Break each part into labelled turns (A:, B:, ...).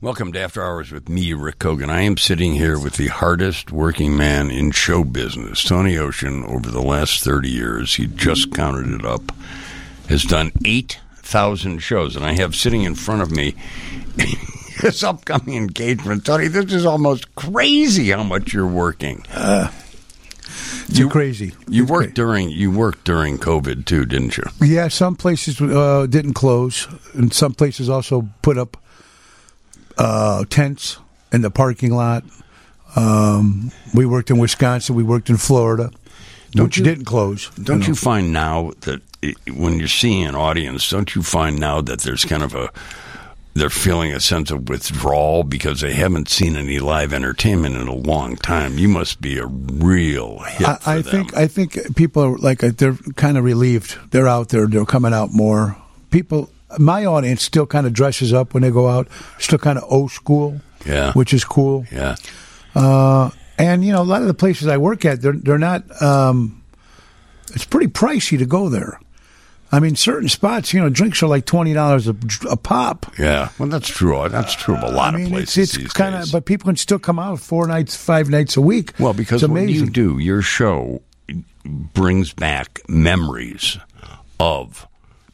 A: Welcome to After Hours with me, Rick Kogan. I am sitting here with the hardest working man in show business, Tony Ocean, over the last 30 years. He just counted it up, has done 8,000 shows, and I have sitting in front of me his upcoming engagement. Tony, this is almost crazy how much you're working.
B: Too crazy.
A: You worked during you worked during COVID too, didn't you?
B: Yeah, some places uh, didn't close, and some places also put up uh, tents in the parking lot. Um, we worked in Wisconsin. We worked in Florida, which
A: you-
B: didn't close.
A: Don't you find now that it, when you're seeing an audience, don't you find now that there's kind of a they're feeling a sense of withdrawal because they haven't seen any live entertainment in a long time. You must be a real hit.
B: I,
A: for them.
B: I think I think people are like uh, they're kind of relieved. They're out there. They're coming out more. People, my audience still kind of dresses up when they go out. Still kind of old school,
A: Yeah.
B: which is cool.
A: yeah,
B: Uh, and you know, a lot of the places I work at, they're they're not. Um, it's pretty pricey to go there. I mean, certain spots, you know, drinks are like twenty dollars a a pop.
A: yeah. Well, that's true. That's true of a lot
B: I
A: of
B: mean, it's,
A: places
B: it's
A: these
B: kind
A: days.
B: of, but people can still come out four nights, five nights a week.
A: Well, because
B: it's
A: what you
B: amazing.
A: do, your show brings back memories of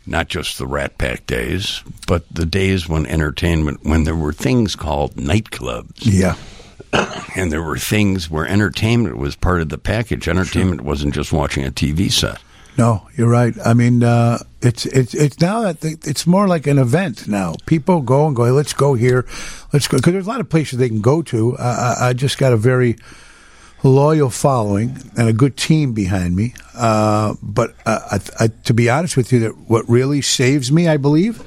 A: not just the Rat Pack days, but the days when entertainment, when there were things called nightclubs,
B: yeah,
A: and there were things where entertainment was part of the package. Entertainment wasn't just watching a TV set.
B: no, you're right. I mean, uh, it's it's it's now that the, it's more like an event now. People go and go. "Hey, Let's go here, let's go because there's a lot of places they can go to. I, I, I just got a very loyal following and a good team behind me. Uh, but uh, I, I, to be honest with you, that what really saves me, I believe,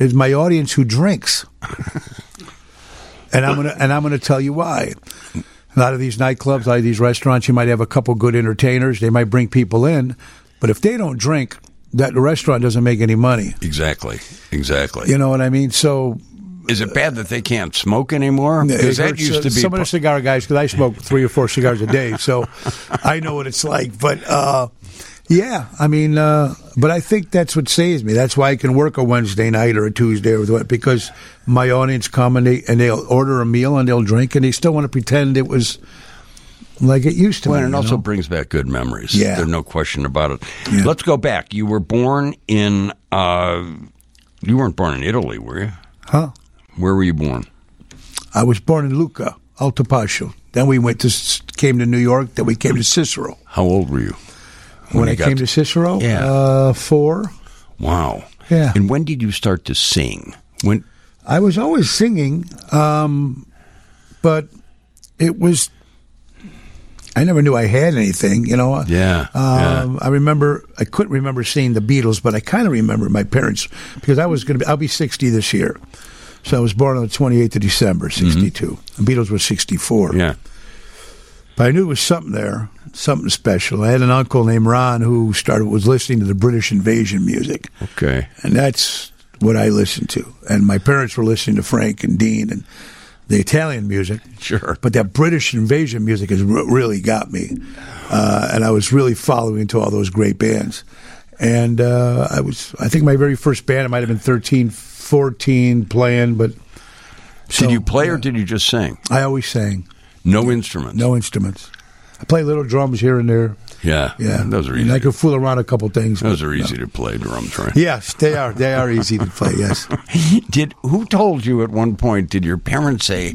B: is my audience who drinks. and I'm gonna and I'm gonna tell you why. A lot of these nightclubs, a lot of these restaurants, you might have a couple good entertainers. They might bring people in, but if they don't drink, that the restaurant doesn't make any money.
A: Exactly. Exactly.
B: You know what I mean? So
A: Is it bad that they can't smoke anymore? Because
B: it
A: that
B: hurts,
A: used to
B: uh,
A: be
B: some of
A: pa-
B: the cigar guys because I smoke three or four cigars a day, so I know what it's like. But uh, yeah, I mean, uh, but I think that's what saves me. That's why I can work a Wednesday night or a Tuesday or what because my audience come and they and they'll order a meal and they'll drink and they still want to pretend it was like it used to.
A: Well,
B: be,
A: and it
B: you
A: also
B: know?
A: brings back good memories.
B: Yeah.
A: There's no question about it.
B: Yeah.
A: Let's go back. You were born in, uh, you weren't born in Italy, were you?
B: huh?
A: Where were you born?
B: I was born in Lucca, Alto Pascio. Then we went to came to New York. Then we came to Cicero.
A: How old were you?
B: When,
A: you
B: I
A: got
B: came to Cicero,
A: Yeah.
B: uh, four.
A: Wow.
B: Yeah.
A: And when did you start to sing? When?
B: I was always singing, um, but it was. I never knew I had anything, you know.
A: Yeah,
B: Um, I remember I couldn't remember seeing the Beatles, but I kind of remember my parents because I was going to. be I'll be sixty this year, so I was born on the twenty eighth of December, sixty The Beatles were sixty four.
A: Mm-hmm. Yeah.
B: But I knew it was something there, something special. I had an uncle named Ron who started was listening to the British Invasion music
A: Okay.
B: and that's what I listened to. And my parents were listening to Frank and Dean and the Italian music.
A: Sure.
B: But that British invasion music has re- really got me, uh, and I was really following into all those great bands. And uh, I was, I think my very first band, I might have been 13, 14 playing, but so
A: did you play or did you just sing?
B: I always sang,
A: No instruments.
B: no instruments. I play little drums here and there.
A: Yeah.
B: Yeah,
A: Those are
B: And I
A: easy.
B: could fool around a couple things.
A: Those
B: but
A: are
B: no.
A: easy to play drums, right?
B: Yes, they are. They are easy to play. Yes.
A: Did who told you at one point? Did your parents say,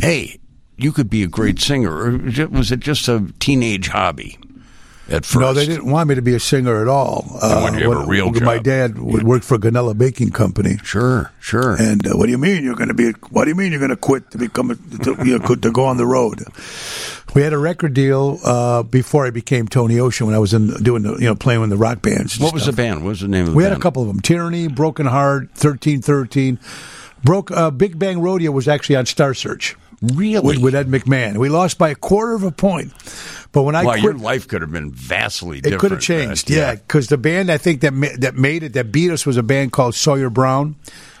A: "Hey, you could be a great singer"? Or was it just a teenage hobby at first?
B: No, they didn't want me to be a singer at all. Uh,
A: wanted you to have a real
B: My
A: job.
B: dad would work for Ganella Baking Company.
A: Sure, sure.
B: And uh, what do you mean you're going to be? What do you mean you're going to quit to become a, to, you know, to go on the road? We had a record deal uh, before I became Tony Ocean when I was in doing the, you know playing with the rock bands. and
A: what was
B: stuff.
A: the band? What was the name of the
B: We
A: band?
B: had a couple of them: Tyranny, Broken Heart, Thirteen Thirteen. Broke uh, Big Bang Rodeo was actually on Star Search
A: Really?
B: with, with Ed McMahon. We lost by a quarter of a point, but when I
A: wow,
B: quit,
A: your life could have been vastly different.
B: it could have
A: then.
B: changed, yeah. Because the band I think that ma- that made it, that beat us, was a band called Sawyer Brown,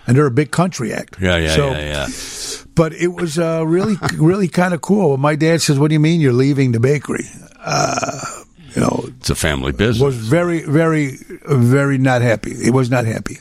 B: and they're a big country act.
A: Yeah, yeah,
B: So-
A: yeah, yeah.
B: But it was uh, really, really kind of cool. My dad says, "What do you mean you're leaving the bakery?" Uh, you know,
A: It's a family business.
B: was very, very, very not happy. He was not happy.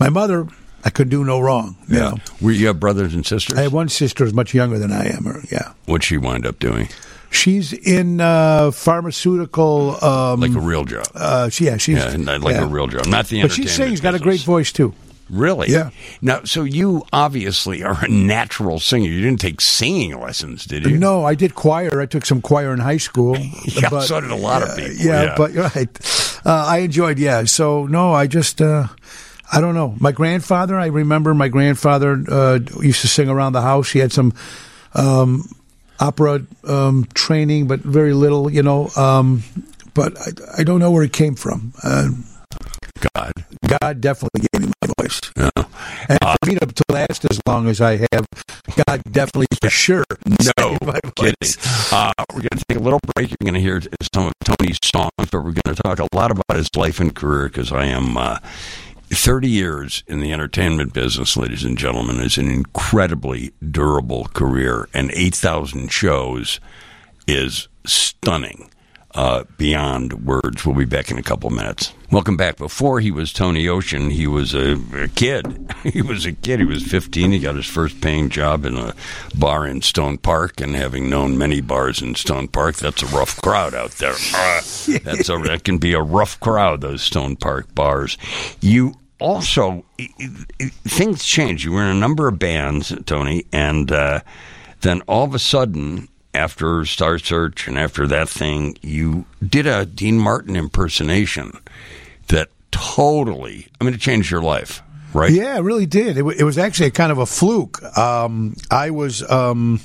B: My mother I could do no wrong. You
A: Yeah.
B: know?
A: Were you have brothers and sisters?
B: I have one sister who's much younger than I am. Or, yeah,
A: What'd she wind up doing?
B: she's in uh, pharmaceutical. Um,
A: Like a real job.
B: uh, she, yeah, she's
A: yeah, not like
B: yeah.
A: a real job. Not the
B: But she sings.
A: entertainment
B: Got a great
A: business.
B: voice too.
A: Really?
B: Yeah.
A: Now, so you obviously are a natural singer. You didn't take singing lessons, did you?
B: No, I did choir. I took some choir in high school.
A: Yeah, so did a lot of people,
B: Yeah,
A: yeah.
B: but you're right. Uh, I enjoyed. Yeah. So no, I just. Uh, I don't know. My grandfather. I remember my grandfather uh, used to sing around the house. He had some um, opera um, training, but very little. You know. Um, but I, I don't know where it came from. Uh,
A: God.
B: God definitely gave me my voice. And for me to, to last as long as I have, God definitely for sure.
A: No
B: my
A: kidding.
B: voice.
A: Uh, we're going to take a little break. You're going to hear some of Tony's songs, but we're going to talk a lot about his life and career because I am uh, 30 years in the entertainment business, ladies and gentlemen, is an incredibly durable career, and 8,000 shows is stunning. Uh, beyond words. We'll be back in a couple minutes. Welcome back. Before he was Tony Ocean, he was a, a kid. He was a kid. He was 15. He got his first paying job in a bar in Stone Park. And having known many bars in Stone Park, that's a rough crowd out there. Ah, that's a, that can be a rough crowd, those Stone Park bars. You also, i- i- things change. You were in a number of bands, Tony, and. Uh, then all of a sudden, after Star Search and after that thing, you did a Dean Martin impersonation that totally, I mean, it changed your life, right?
B: Yeah, it really did. It, w- it was actually a kind of a fluke. Um, I was um,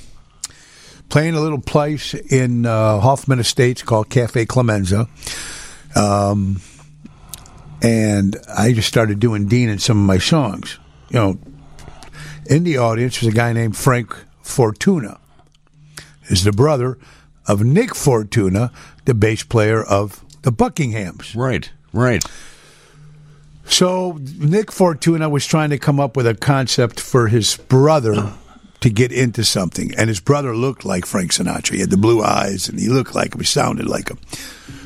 B: playing a little place in uh, Hoffman Estates called Cafe Clemenza. Um, and I just started doing Dean in some of my songs. You know, in the audience was a guy named Frank Fortuna, is the brother of Nick Fortuna, the bass player of the Buckinghams.
A: Right, right.
B: So Nick Fortuna was trying to come up with a concept for his brother to get into something, and his brother looked like Frank Sinatra. He had the blue eyes, and he looked like him. He sounded like him.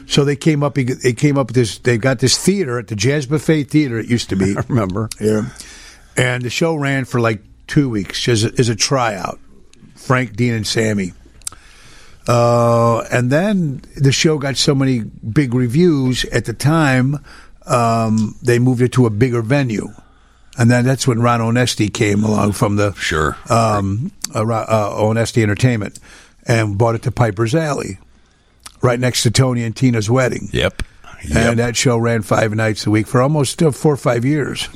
B: So they came up. They came up with this. They've got this theater at the Jazz Buffet Theater. It used to be
A: Remember?
B: here, and the show ran for like two weeks as a, as a tryout. Frank, Dean, and Sammy. Uh, and then the show got so many big reviews at the time, um, they moved it to a bigger venue. And then that's when Ron Onesti came along from the
A: Sure.
B: um, uh, Ro- uh, Onesti Entertainment and bought it to Piper's Alley, right next to Tony and Tina's wedding.
A: yep.
B: And that show ran five nights a week for almost uh, four or five years.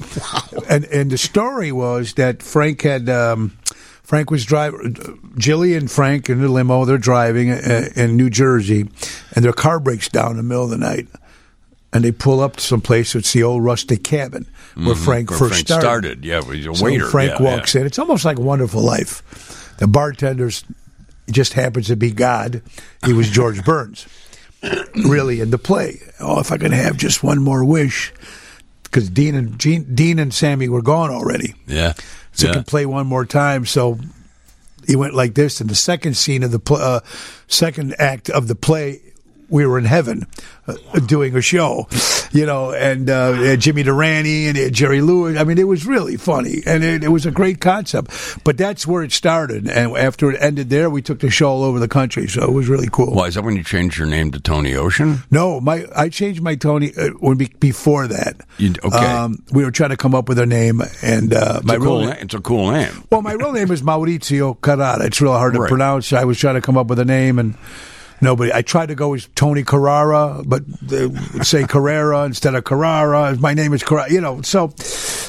B: And and the story was that Frank had um, Frank was driving Jilly and Frank in the limo. They're driving uh, in New Jersey, and their car breaks down in the middle of the night. And they pull up to someplace. It's the old rustic cabin where Frank
A: Mm-hmm. Where
B: first
A: Frank
B: started.
A: started. Yeah, he was a
B: So
A: waiter.
B: Frank
A: Yeah,
B: walks
A: yeah.
B: in. It's almost like Wonderful Life. The bartender's just happens to be God. He was George Burns, really in the play. Oh, if I could have just one more wish, because Dean and Gene, Dean and Sammy were gone already,
A: Yeah.
B: so
A: yeah.
B: he could play one more time. So he went like this. And the second scene of the pl- uh, second act of the play, we were in heaven uh, doing a show, you know, and uh, they had Jimmy Durante and they had Jerry Lewis. I mean, it was really funny and it, it was a great concept. But that's where it started. And after it ended there, we took the show all over the country. So it was really cool.
A: Why, is that when you changed your name to Tony Ocean?
B: No, my I changed my Tony uh, when be, before that. Um,
A: You- okay.
B: we were trying to come up with a name, and uh, my
A: It's a, cool,
B: real
A: na- it's a cool name.
B: well, my real name is Maurizio Carrara. It's real hard to
A: Right.
B: pronounce. I was trying to come up with a name and nobody. I tried to go as Tony Carrara, but they would say Carrera instead of Carrara. My name is Carrara. You know, so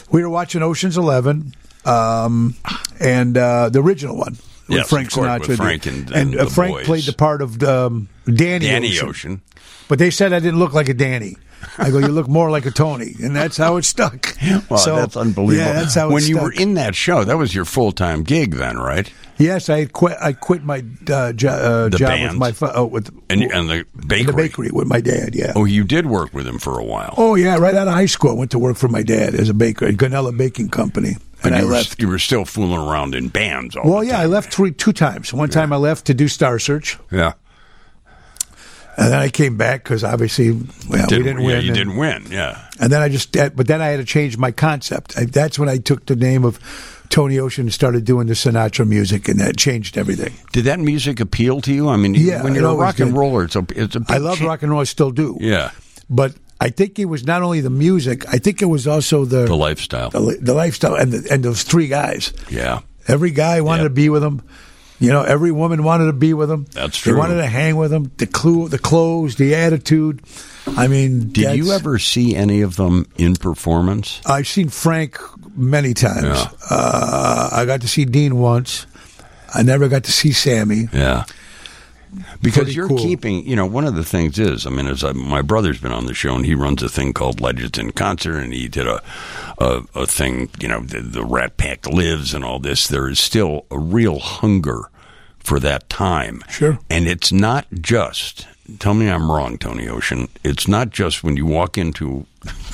B: we were watching Ocean's Eleven, um, and uh, the original one. with
A: Yes,
B: Frank
A: of course,
B: Sinatra
A: with Frank and- and
B: uh,
A: the
B: Frank
A: boys.
B: played the part of um, Danny,
A: Danny
B: Ocean.
A: Ocean.
B: But they said I didn't look like a Danny. I go, you look more like a Tony, and that's how it stuck.
A: Wow,
B: So,
A: that's unbelievable.
B: Yeah, that's how it
A: when you
B: stuck.
A: were in that show, that was your full time gig then, right?
B: Yes, I had quit. I quit my uh, jo- uh, job
A: band.
B: with my fa- oh, with
A: And, and the bakery.
B: the bakery with my dad. Yeah.
A: Oh, you did work with him for a while.
B: Oh yeah, right out of high school, I went to work for my dad as a baker at Gonella Baking Company, and I
A: you were,
B: left.
A: You were still fooling around in bands. All
B: Well,
A: the
B: yeah, I
A: time.
B: left three two times. One time I left to do Star Search,
A: yeah.
B: and then I came back because obviously well, we didn't
A: yeah,
B: win.
A: You
B: and-
A: didn't win. Yeah,
B: and then I just, but then I had to change my concept. I, that's when I took the name of Tony Ocean and started doing the Sinatra music, and that changed everything.
A: Did that music appeal to you? I mean,
B: Yeah,
A: when
B: it
A: you're a
B: always
A: rock and
B: did.
A: roller, it's a, it's a big
B: I love
A: cha-
B: rock and roll. I still do.
A: Yeah,
B: But I think it was not only the music. I think it was also the
A: the lifestyle.
B: the, the lifestyle and the, and those three guys.
A: yeah,
B: Every guy wanted
A: Yeah.
B: to be with him. You know, every woman wanted to be with him.
A: That's
B: They
A: true.
B: wanted to hang with him. The clue, the clothes, the attitude. I mean,
A: Did you
B: that's-
A: ever see any of them in performance?
B: I've seen Frank many times.
A: Yeah.
B: Uh, I got to see Dean once. I never got to see Sammy.
A: Yeah. Because
B: Pretty
A: you're
B: cool.
A: keeping, you know, one of the things is, I mean, as I, my brother's been on the show and he runs a thing called Legends in Concert, and he did a a, a thing, you know, the, the Rat Pack lives and all this. There is still a real hunger for that time,
B: Sure.
A: and it's not just. Tell me I'm wrong, Tony Ocean. It's not just when you walk into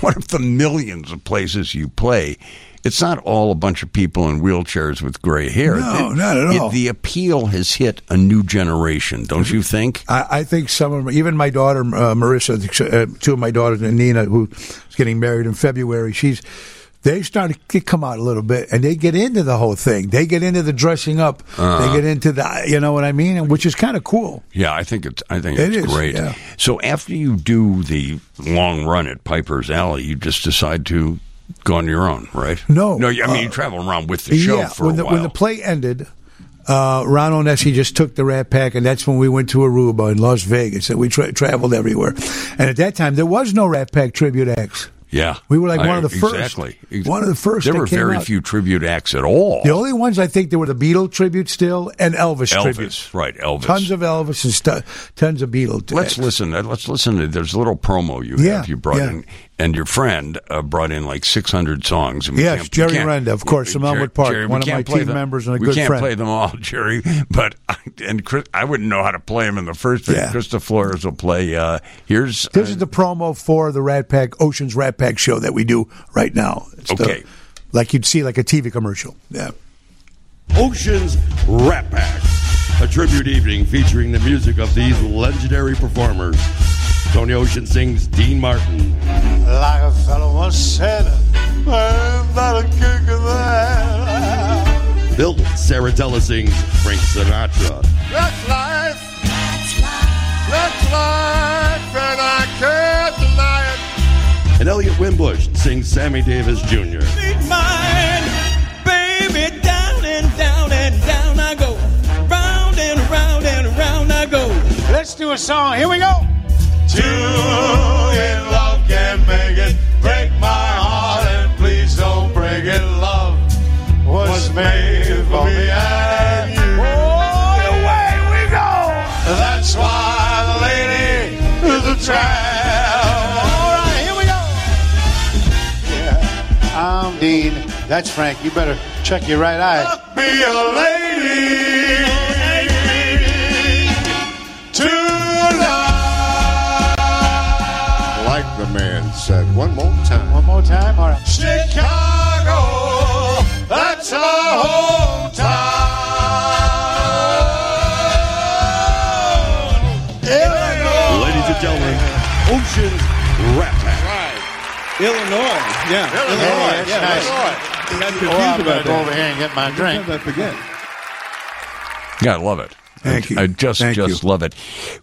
A: one of the millions of places you play. It's not all a bunch of people in wheelchairs with gray hair.
B: No, not at all.
A: the appeal has hit a new generation, don't you think?
B: I, I think some of them, even my daughter uh, Marissa, uh, two of my daughters, and Nina, who's getting married in February, she's they start to come out a little bit, and they get into the whole thing. They get into the dressing up.
A: Uh-huh.
B: They get into the, you know what I mean, And which is kind of cool.
A: Yeah, I think it's I think
B: It
A: it's
B: is,
A: great.
B: yeah.
A: So after you do the long run at Piper's Alley, you just decide to go on your own, right?
B: No,
A: no. you- I mean,
B: uh,
A: you travel around with the show
B: yeah,
A: for
B: when
A: a
B: the,
A: while.
B: when the play ended, uh, Ron Onessi just took the Rat Pack, and that's when we went to Aruba in Las Vegas, and we tra- traveled everywhere. And at that time, there was no Rat Pack tribute acts.
A: yeah,
B: We were like one of the first.
A: Exactly,
B: One of the first
A: There
B: that
A: were
B: came
A: very
B: out.
A: few tribute acts at all.
B: The only ones I think there were the Beatle tribute still and Elvis,
A: Elvis,
B: tributes.
A: right? Elvis.
B: Tons of Elvis and stu- tons of Beatle.
A: Let's
B: acts.
A: listen. uh, Let's listen to. There's a little promo you
B: Yeah,
A: have. You brought
B: yeah.
A: in, and your friend uh, brought in like 600 songs. And we
B: Yes,
A: can't- we
B: Jerry
A: can't-
B: Renda, of course, from
A: Jer-
B: Elmwood Park,
A: Jerry, we
B: one of
A: can't
B: my
A: play
B: team
A: them.
B: members and a
A: we
B: good
A: can't
B: friend.
A: play them all, Jerry. But and Chris, I wouldn't know how to play them in the first place.
B: Yeah.
A: Krista Flores will play. Uh, here's
B: This is the promo for the Rat Pack Ocean's Rat Pack show that we do right now. It's the-
A: Okay.
B: like you'd see like a TV commercial. Yeah.
C: Ocean's Rat Pack, a tribute evening featuring the music of these legendary performers. Tony Ocean sings Dean Martin,
D: Like a fellow once said, I'm not a kick of that.
C: Bill Saratella sings Frank Sinatra,
D: That's life. That's life. And I can't deny it.
C: and Elliot Wimbush sings Sammy Davis Jr.
E: need mine. Baby, down and down and down I go. Round and round and round I go.
D: Let's do a song. Here we go. Two in love can make it. Break my heart and please don't break it. Love was made for me and you. Oh, away we go. That's why the lady is a trap. All right, here we go. Yeah, I'm Dean. That's Frank. You better check your right eye. Be a lady. Tonight.
F: Like the man said, one more time.
D: One more time, all right. Chicago, that's our hometown. Illinois.
C: Ladies and gentlemen, Ocean's Rat Pack.
E: Illinois. Yeah. Illinois.
D: Hey, that's
E: yeah,
D: nice.
E: right. I got
D: Oh,
E: confused
D: I'm gonna
E: about
D: go over
E: that.
D: here and get my drink.
E: I forget.
A: Yeah, I love it.
B: Thank
A: I,
B: you.
A: I just
B: Thank
A: just love it.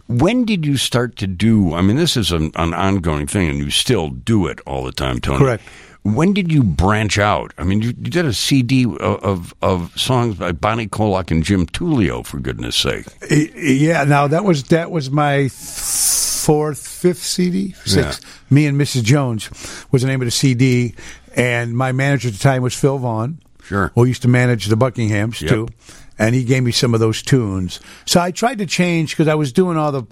A: When did you start to do? I mean, this is an, an ongoing thing, and you still do it all the time, Tony.
B: Correct.
A: When did you branch out? I mean, you, you did a CD of, of of songs by Bonnie Kolak and Jim Tulio, for goodness sake.
B: Y- Yeah. Now that was that was my fourth, fifth CD, sixth. Me and Mrs. Jones was the name of the CD, and my manager at the time was Phil Vaughn.
A: Sure.
B: who used to manage the Buckinghams too, and he gave me some of those tunes. So I tried to change because I was doing all the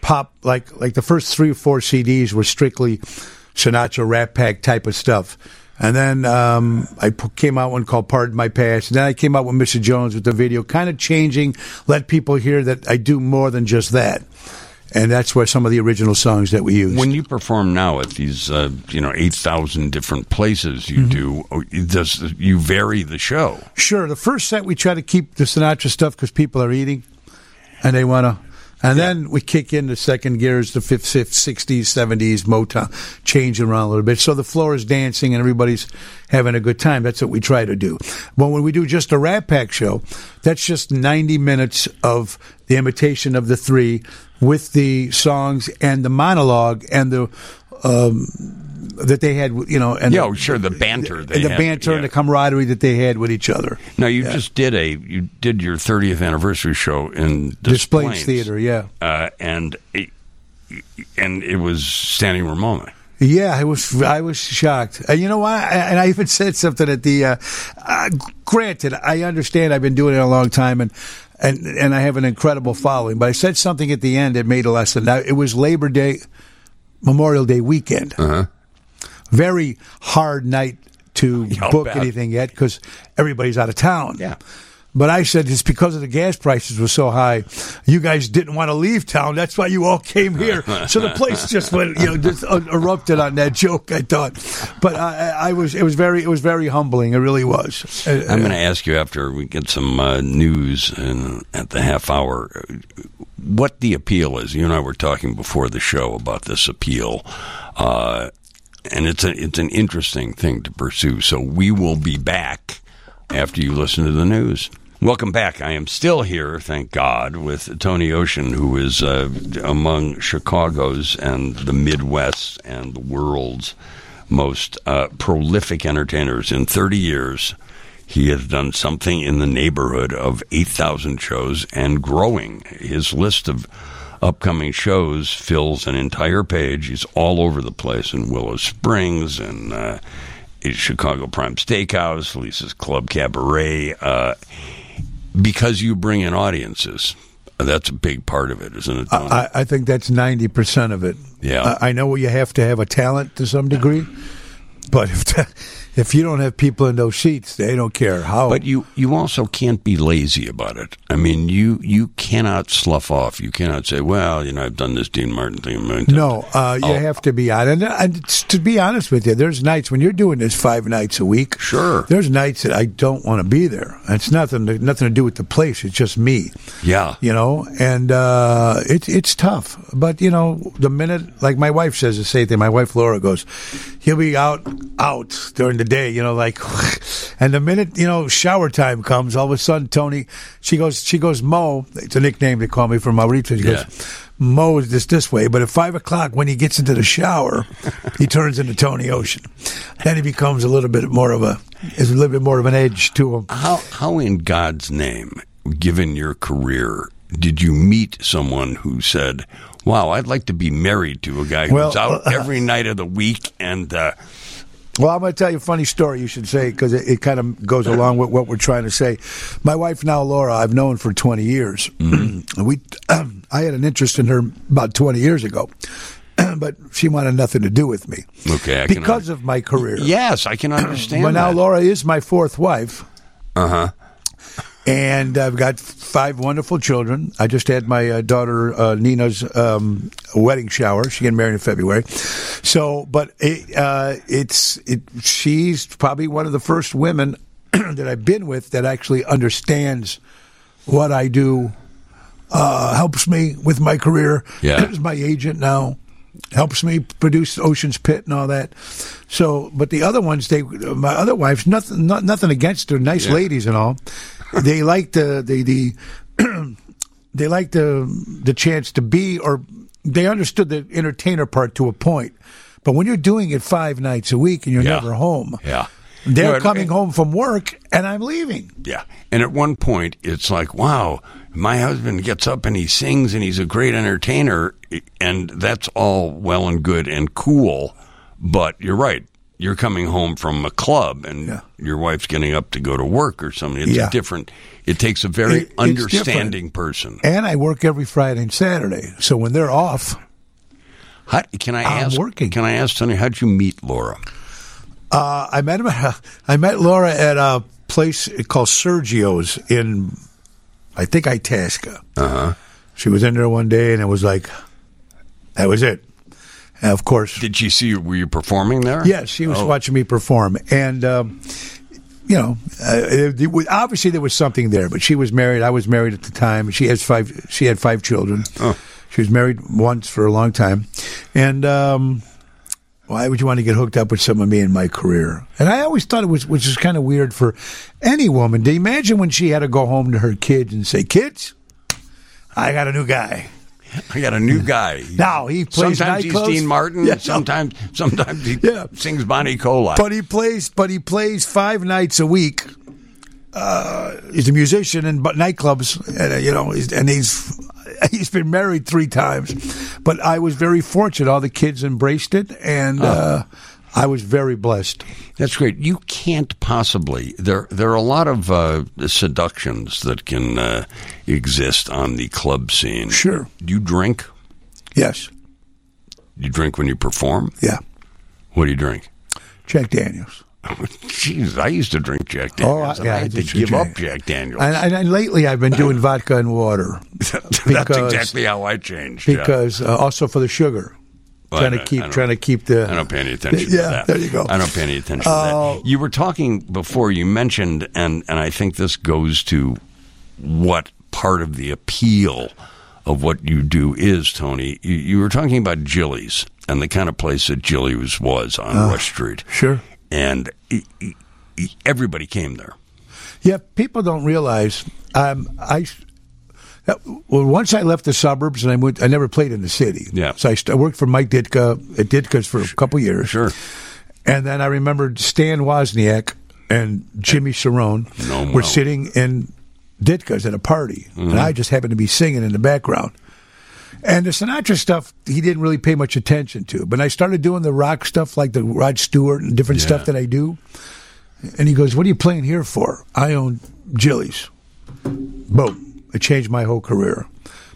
B: pop, like like the first three or four CDs were strictly Sinatra, Rat Pack type of stuff. And then um, I p- came out one called "Pardon My Past." And then I came out with Mr. Jones with the video, kind of changing, let people hear that I do more than just that. And that's where some of the original songs that we used.
A: When you perform now at these, uh, you know, eight thousand different places,
B: Mm-hmm.
A: you do oh, it does you vary the show?
B: Sure. The first set we try to keep the Sinatra stuff because people are eating, and they want to. And then we kick into second gears, the 50s, 60s, 70s, Motown, changing around a little bit. So the floor is dancing and everybody's having a good time. That's what we try to do. But when we do just a Rat Pack show, that's just 90 minutes of the imitation of the three with the songs and the monologue and the. Um, that they had, you know, and
A: Yeah,
B: the-
A: oh, sure, the banter they
B: and the
A: had,
B: banter and
A: yeah.
B: the camaraderie that they had with each other.
A: Now you just did a you did your 30th anniversary show in Des
B: Displays
A: Plaines.
B: Theater, yeah.
A: uh, and it, and it was standing room only.
B: Yeah, I was I was shocked. And you know why? I- And I even said something at the. Uh, uh, granted, I understand I've been doing it a long time, and and and I have an incredible following. But I said something at the end that made a lesson. Now it was Labor Day, Memorial Day weekend.
A: Uh-huh.
B: Very hard night to
A: I'll
B: book
A: bet.
B: anything yet because everybody's out of town.
A: Yeah.
B: But I said it's because of the gas prices were so high, you guys didn't want to leave town. That's why you all came here. So the place just went, you know, just uh, erupted on that joke. I thought, but I, I- I was, it was very, it was very humbling. It really was. Uh,
A: I'm going to ask you after we get some uh, news and at the half hour uh, what the appeal is. You and I were talking before the show about this appeal, uh, and it's a, it's an interesting thing to pursue. So we will be back after you listen to the news. Welcome back. I am still here, thank God, with Tony Ocean, who is uh, among Chicago's and the Midwest and the world's most uh, prolific entertainers. In 30 years, he has done something in the neighborhood of 8,000 shows and growing. His list of upcoming shows fills an entire page. He's all over the place in Willow Springs and uh, in Chicago Prime Steakhouse, Lisa's Club Cabaret. Uh, because you bring in audiences. That's a big part of it, isn't it? Tony?
B: I, I think that's ninety percent of it.
A: uh, Yeah.
B: I, I know you have to have a talent to some degree, but if that, if you don't have people in those seats, they don't care how.
A: But you, you also can't be lazy about it. I mean, you you cannot slough off. You cannot say, well, you know, I've done this Dean Martin thing a million times.
B: No, uh, you
A: Oh.
B: have to be on. And, and it's- to be honest with you, there's nights when you're doing this five nights a week.
A: Sure.
B: There's nights that I don't want to be there. It's nothing to, nothing to do with the place. It's just me.
A: Yeah.
B: You know, and uh, it's it's tough. But you know, the minute, like my wife says the same thing. My wife Laura goes, "He'll be out out during the day." You know, like, and the minute you know shower time comes, all of a sudden Tony, she goes, she goes Mo. It's a nickname they call me for Maurito. She
A: Yeah.
B: goes. Mo is this this way, but at five o'clock when he gets into the shower, he turns into Tony Ocean. Then he becomes a little bit more of a, is a little bit more of an edge to him.
A: How how in God's name, given your career, did you meet someone who said, "Wow, I'd like to be married to a guy
B: Well, uh,
A: who's out every night of the week"? And uh,
B: Well, I'm going to tell you a funny story you should say because it, it kind of goes along with what we're trying to say. My wife now, Laura, I've known for 20 years.
A: Mm-hmm.
B: And we, I had an interest in her about 20 years ago, but she wanted nothing to do with me
A: okay, I can
B: because of my career.
A: yes, I can understand.
B: But
A: that.
B: now
A: Uh-huh.
B: Laura is my fourth wife. Uh huh. And I've got five wonderful children. I just had my uh, daughter uh, Nina's um, wedding shower. She getting married in February. So, but it, uh, it's it. She's probably one of the first women that I've been with that actually understands what I do. Uh, helps me with my career.
A: Yeah.
B: is my agent now. Helps me produce Ocean's Pit and all that. So, but the other ones, they my other wives, nothing, not, nothing against her, nice ladies and all. They like the the the they like the the chance to be or they understood the entertainer part to a point. But when you're doing it five nights a week and you're
A: Yeah.
B: never home,
A: yeah,
B: they're
A: No, it-
B: coming home from work and I'm leaving.
A: Yeah. And at one point, it's like, wow, my husband gets up and he sings and he's a great entertainer. And that's all well and good and cool. But you're right. You're coming home from a club and
B: Yeah.
A: your wife's getting up to go to work or something. It's
B: Yeah.
A: a different, it takes a very
B: It- it's
A: understanding person.
B: And I work every Friday and Saturday. So when they're off,
A: How, can I
B: I'm
A: ask,
B: working.
A: can I ask, Tony, how'd you meet Laura?
B: Uh, I met him. I met Laura at a place called Sergio's in, I think Itasca. Uh huh. She was in there one day, and it was like, that was it. And of course,
A: Did she see you? Were you performing there?
B: yes, she was watching me perform, and um, you know, uh, it, it, was- obviously there was something there. But she was married. I was married at the time. She has five. She had five children.
A: Oh.
B: She was married once for a long time, and um, why would you want to get hooked up with someone me in my career? And I always thought it was, which is kind of weird for any woman. Do you imagine when she had to go home to her kids and say, "Kids, I got a new guy."
A: I got a new guy.
B: No, he plays
A: sometimes he's
B: nightclubs.
A: Dean Martin.
B: Yeah, no.
A: sometimes, sometimes he
B: Yeah.
A: sings Bonnie Colai.
B: But he plays. But he plays five nights a week. Uh, he's a musician in but nightclubs, and, uh, you know, he's, and he's he's been married three times. But I was very fortunate; all the kids embraced it, and uh, I was very blessed.
A: That's great. You can't possibly there. There are a lot of uh, seductions that can uh, exist on the club scene.
B: Sure.
A: Do you drink?
B: Yes,
A: Do you drink when you perform?
B: yeah.
A: What do you drink?
B: Jack Daniels.
A: Jeez, I used to drink Jack
B: Oh,
A: Daniels.
B: I-
A: and
B: yeah,
A: I
B: I
A: had to
B: used to
A: give
B: drink-
A: up Jack Daniels.
B: And, and, and lately, I've been doing vodka and water
A: That's
B: because-
A: exactly how I changed. yeah.
B: because uh, also for the sugar,
A: Well, I
B: trying to
A: don't- I
B: keep
A: don't-
B: trying to keep the.
A: I don't pay any attention
B: Yeah,
A: to that.
B: there you go.
A: I don't pay any attention to
B: Uh,
A: that. You were talking before you mentioned, and, and I think this goes to what part of the appeal of what you do is, Tony. You, you were talking about Jilly's and the kind of place that Jilly's was on Rush Street.
B: sure.
A: And e- e- e- everybody came there.
B: Yeah, people don't realize. Um, I that- well, once I left the suburbs and I went, I never played in the city.
A: Yeah.
B: so I, st- I worked for Mike Ditka at Ditka's for a couple years.
A: Sure.
B: and then I remembered Stan Wozniak and Jimmy Cerrone
A: Know 'em
B: were
A: well.
B: sitting in Ditka's at a party, and I just happened to be singing in the background. And the Sinatra stuff, he didn't really pay much attention to. But I started doing the rock stuff, like the Rod Stewart and different
A: Yeah.
B: stuff that I do. And he goes, "What are you playing here for?" I own Jilly's. Boom! It changed my whole career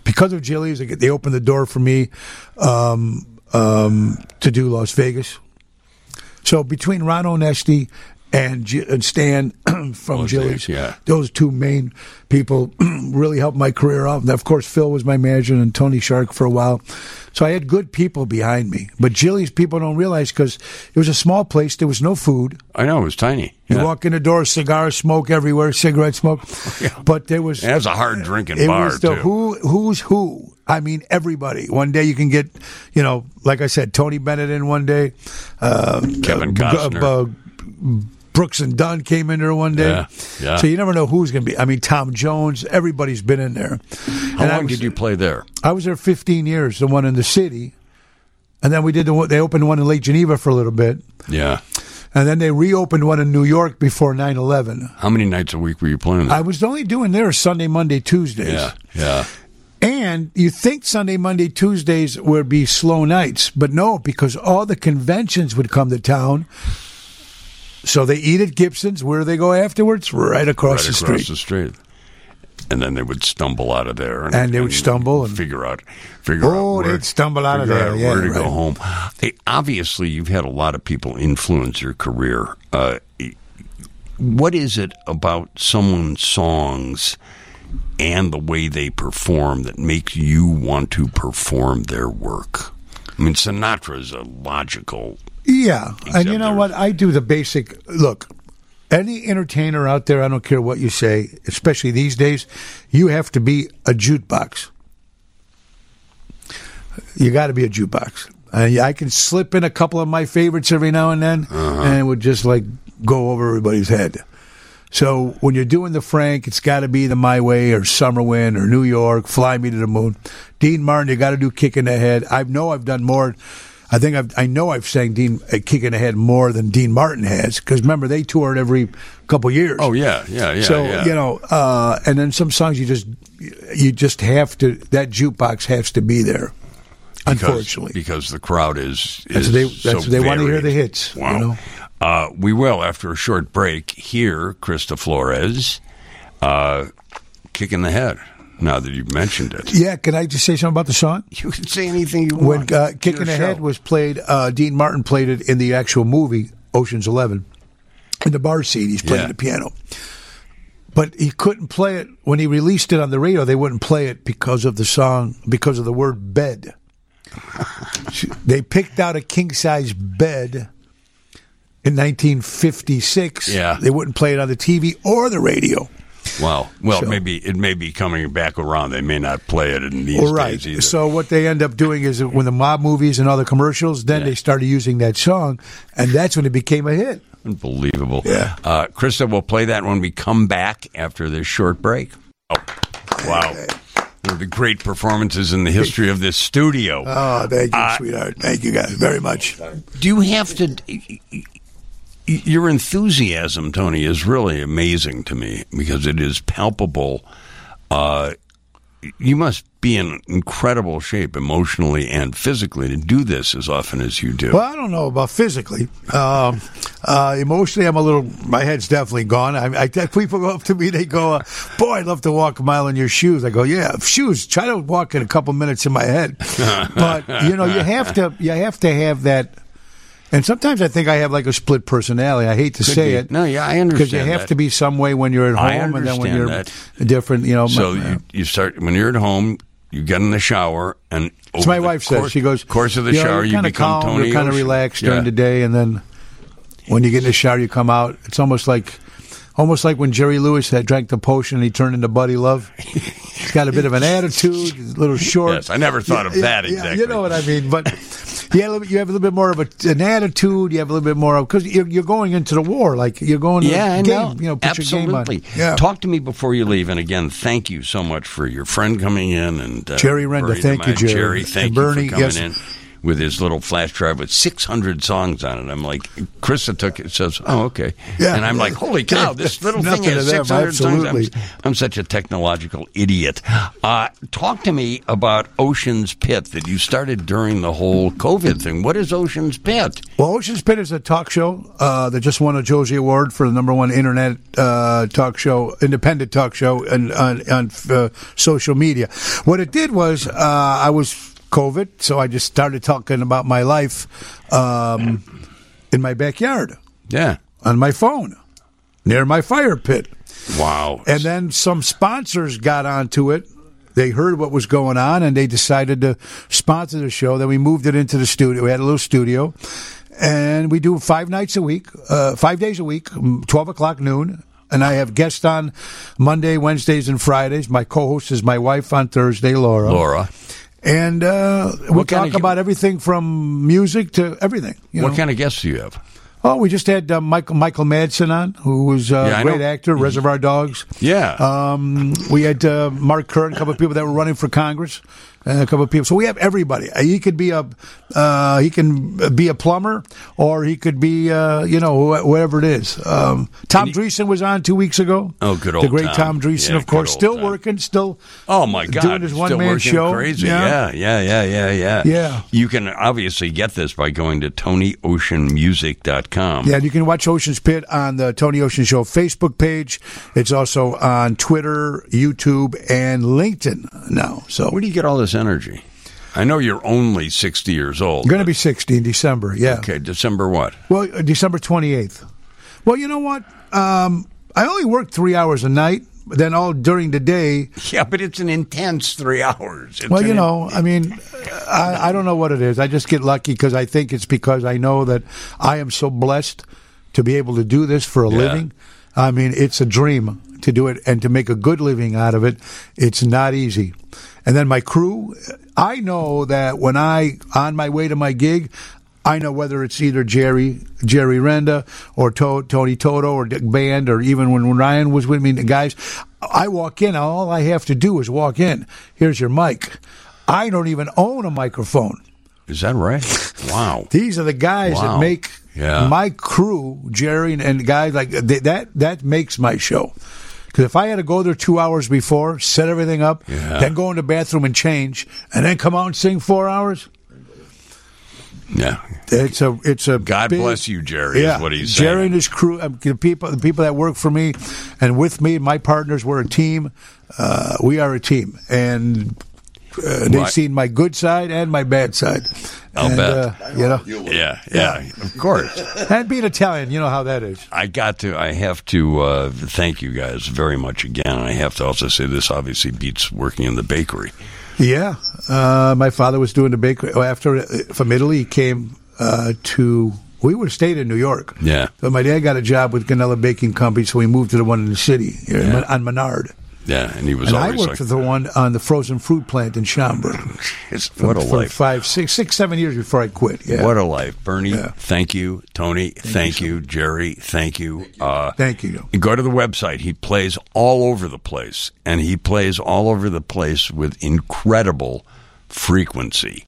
B: because of Jilly's. they- They opened the door for me um, um, to do Las Vegas. So between Ron Onesti and, J- and Stan from
A: Las Vegas,
B: Jilly's,
A: yeah.
B: those two main people really helped my career out. And of course, Phil was my manager and Tony Shark for a while. So I had good people behind me. But Jilly's people don't realize because it was a small place. There was no food.
A: I know, it was tiny.
B: You
A: Yeah.
B: walk in the door, cigar smoke everywhere, cigarette smoke. But there was
A: That was a hard drinking
B: it
A: bar,
B: was the
A: too.
B: who who's who. I mean, everybody. One day you can get, you know, like I said, Tony Bennett in one day. Uh,
A: Kevin
B: uh,
A: Costner.
B: uh, Brooks and Dunn came in there one day.
A: Yeah, yeah.
B: So you never know who's going to be. I mean, Tom Jones. Everybody's been in there.
A: How
B: And I
A: long
B: was-
A: did you play there?
B: I was there 15 years. The one in the city, and then we did the one. They opened one in Lake Geneva for a little bit,
A: Yeah.
B: and then they reopened one in New York before 9/11.
A: How many nights a week were you playing there?
B: I was only doing there Sunday, Monday, Tuesdays.
A: yeah, yeah.
B: And you think Sunday, Monday, Tuesdays would be slow nights, but no, because all the conventions would come to town. So they eat at Gibson's. Where do they go afterwards? Right across
A: right
B: the
A: across
B: street.
A: the street. And then they would stumble out of there, and,
B: And they would stumble and-
A: figure out, figure
B: Oh,
A: out. where-
B: they'd stumble out of
A: figure
B: there, yeah,
A: where to go
B: right.
A: home. They, obviously, you've had a lot of people influence your career. Uh, what is it about someone's songs and the way they perform that makes you want to perform their work? I mean, Sinatra is a logical.
B: yeah. And you know
A: Except
B: what? I do the basic look. Any entertainer out there, I don't care what you say, especially these days, you have to be a jukebox. You got to be a jukebox. And I can slip in a couple of my favorites every now and then, and it would just like go over everybody's head. So when you're doing the Frank, it's got to be the My Way or Summer Wind or New York, Fly Me to the Moon. Dean Martin, you got to do Kick in the Head. I know I've done more. I think I've, I know I've sang Dean uh, Kick in the Head more than Dean Martin has because remember they toured every couple years.
A: Oh yeah, yeah, yeah.
B: so
A: yeah.
B: you know, uh, and then some songs you just you just have to that jukebox has to be there. unfortunately,
A: because the crowd is, is
B: That's what they- that's
A: so
B: what they wanna hear
A: varied.
B: the hits, you
A: Wow.
B: know?
A: uh, we will after a short break hear Krista Flores uh, kick in the head. Now that you've mentioned it,
B: yeah. Can I just say something about the song?
A: you can say anything you
B: when
A: want.
B: uh,
A: It's
B: Kicking
A: your
B: the
A: show.
B: Head was played, uh, Dean Martin played it in the actual movie Ocean's Eleven. In the bar scene, he's playing
A: Yeah.
B: the piano. But he couldn't play it when he released it on the radio. They wouldn't play it because of the song, because of the word bed. they picked out a king size bed in 1956.
A: Yeah.
B: They wouldn't play it on the TV or the radio.
A: Wow. Well,
B: So-
A: maybe it may be coming back around. They may not play it in these
B: All right.
A: days either.
B: So what they end up doing is that when the mob movies and other commercials, then they started using that song, and that's when it became a hit.
A: Unbelievable.
B: Yeah.
A: Uh, Krista, we'll play that when we come back after this short break. Oh, wow. One of the great performances in the history of this studio.
B: Oh, thank you,
A: Uh,
B: sweetheart. Thank you guys very much.
A: Do you have to? Your enthusiasm, Tony, is really amazing to me because it is palpable. Uh, you must be in incredible shape emotionally and physically to do this as often as you do.
B: Well, I don't know about physically. Um, uh, emotionally, I'm a little. My head's definitely gone. I, I people go up to me, they go, uh, "Boy, I'd love to walk a mile in your shoes." I go, "Yeah, shoes. Try to walk in a couple minutes in my head." but you know, you have to. You have to have that. And sometimes I think I have like a split personality. I hate to
A: Could
B: say
A: be.
B: it.
A: No, yeah, I
B: Because you
A: understand
B: have
A: that.
B: to be some way when you're at
A: I
B: home, and then when
A: understand
B: you're
A: that.
B: different. You know,
A: So
B: my-
A: you, you start when you're at home. You get in the shower, and
B: That's
A: over
B: my
A: the
B: wife
A: course-
B: says. She goes,
A: course of the
B: "You know,
A: shower.
B: you're
A: you
B: kinda
A: become
B: calm,
A: Tony.
B: You're kind of
A: Ocean."
B: relaxed
A: Yeah.
B: during the day, and then when you get in the shower, you come out. It's almost like, almost like when Jerry Lewis had drank the potion and he turned into Buddy Love. He's got a bit of an attitude, he's a little short.
A: Yes, I never thought of
B: Yeah,
A: that
B: yeah,
A: exactly.
B: You know what I mean, but. Yeah, a little bit- you have a little bit more of a, an attitude. You have a little bit more of because you're, you're going into the war, like you're going. To
A: Yeah,
B: the
A: I
B: game,
A: know.
B: You know, put
A: Absolutely.
B: your game on. Yeah.
A: Talk to me before you leave. And again, thank you so much for your friend coming in and uh,
B: Jerry Renda.
A: Bernie
B: Thank you,
A: DeMine.
B: Jerry.
A: Jerry, thank
B: And
A: you
B: Bernie,
A: for coming
B: yes.
A: in with his little flash drive with 600 songs on it. I'm like, Krista took it. Says, oh, okay.
B: Yeah.
A: And I'm like, holy cow, this little thing
B: Nothing
A: has
B: to them,
A: 600
B: absolutely.
A: songs. I'm, I'm such a technological idiot. Uh, talk to me about Ocean's Pit that you started during the whole COVID thing. What is Ocean's Pit?
B: Well, Ocean's Pit is a talk show uh, that just won a Josie Award for the number one internet uh, talk show, independent talk show, and on, on uh, social media. What it did was, uh, I was COVID, so I just started talking about my life um, in my backyard
A: Yeah.
B: on my phone near my fire pit.
A: Wow.
B: And then some sponsors got onto it. They heard what was going on and they decided to sponsor the show. Then we moved it into the studio. We had a little studio. And we do five nights a week, uh, five days a week, mm, 12 o'clock noon. And I have guests on Monday, Wednesdays, and Fridays. My co host is my wife on Thursday, Laura.
A: Laura.
B: And uh, we
A: What kind
B: talk
A: of-
B: about everything from music to everything. You
A: What
B: know?
A: kind of guests do you have?
B: Oh, we just had uh, Michael Michael Madsen on, who was uh,
A: Yeah, I
B: a great
A: know.
B: actor, Reservoir Dogs.
A: Yeah.
B: Um, we had uh, Mark Kern, a couple of people that were running for Congress, and a couple of people. So we have everybody. Uh, He could be a uh, he can be a plumber, or he could be uh, you know wh- whatever it is. Um, Tom Dreesen was on two weeks ago.
A: Oh, good
B: the
A: old
B: great
A: Tom.
B: Tom, Dreesen,
A: Yeah,
B: of course,
A: good old
B: still
A: Tom.
B: working, still.
A: Oh my God!
B: doing his
A: Still
B: one man
A: working
B: show.
A: Crazy, yeah. yeah, yeah, yeah, yeah,
B: Yeah.
A: You can obviously get this by going to TonyOceanMusic.com.
B: Yeah, and you can watch Ocean's Pit on the Tony Ocean Show Facebook page. It's also on Twitter, YouTube, and LinkedIn now. So
A: Where do you get all this energy? I know you're only sixty years old.
B: you're going to be
A: but-
B: 60 in December. Yeah.
A: okay. December what?
B: Well, uh, December 28th. Well, you know what? Um, I only work three hours a night, but then all during the day.
A: Yeah, but it's an intense three hours. It's
B: Well, you
A: an-
B: know, I mean, I, I don't know what it is. I just get lucky because I think it's because I know that I am so blessed to be able to do this for a
A: Yeah.
B: living. I mean, it's a dream to do it and to make a good living out of it. It's not easy. And then my crew, I know that when I on my way to my gig, I know whether it's either Jerry Jerry Renda or to, Tony Toto or Dick Band or even when Ryan was with me, the guys, I walk in. All I have to do is walk in. Here's your mic. I don't even own a microphone.
A: is that right? Wow.
B: These are the guys
A: Wow.
B: that make
A: Yeah.
B: my crew, Jerry and, and guys like th- that. That makes my show. Because if I had to go there two hours before, set everything up,
A: Yeah.
B: then go in the bathroom and change, and then come out and sing four hours,
A: Yeah.
B: it's a it's a
A: God
B: big-
A: bless you, Jerry.
B: Yeah,
A: Is what he's
B: Jerry
A: saying.
B: and his crew, um, the people, the people that work for me, and with me, my partners, we're a team. Uh, we are a team, and uh, they've
A: Right.
B: seen my good side and my bad side.
A: I'll
B: and,
A: bet.
B: Uh, you know,
A: Yeah, yeah, of course.
B: and being Italian, you know how that is.
A: I got to. I have to uh, thank you guys very much again. And I have to also say this obviously beats working in the bakery.
B: Yeah, uh, my father was doing the bakery. After uh, from Italy, he came uh, to We would have stayed in New York.
A: Yeah.
B: But my dad got a job with Ganella Baking Company, so we moved to the one in the city here in
A: Yeah.
B: Mon- on Menard.
A: Yeah, and he was
B: And I
A: always
B: worked
A: like,
B: at the one on the frozen fruit plant in Schaumburg.
A: "It's- "What a
B: for
A: life!
B: Five, six, six, seven years before I quit. Yeah.
A: What a life!" Bernie,
B: Yeah.
A: thank you. Tony, thank, you. Jerry, thank you. Uh,
B: Thank you.
A: You go to the website. He plays all over the place, and he plays all over the place with incredible frequency.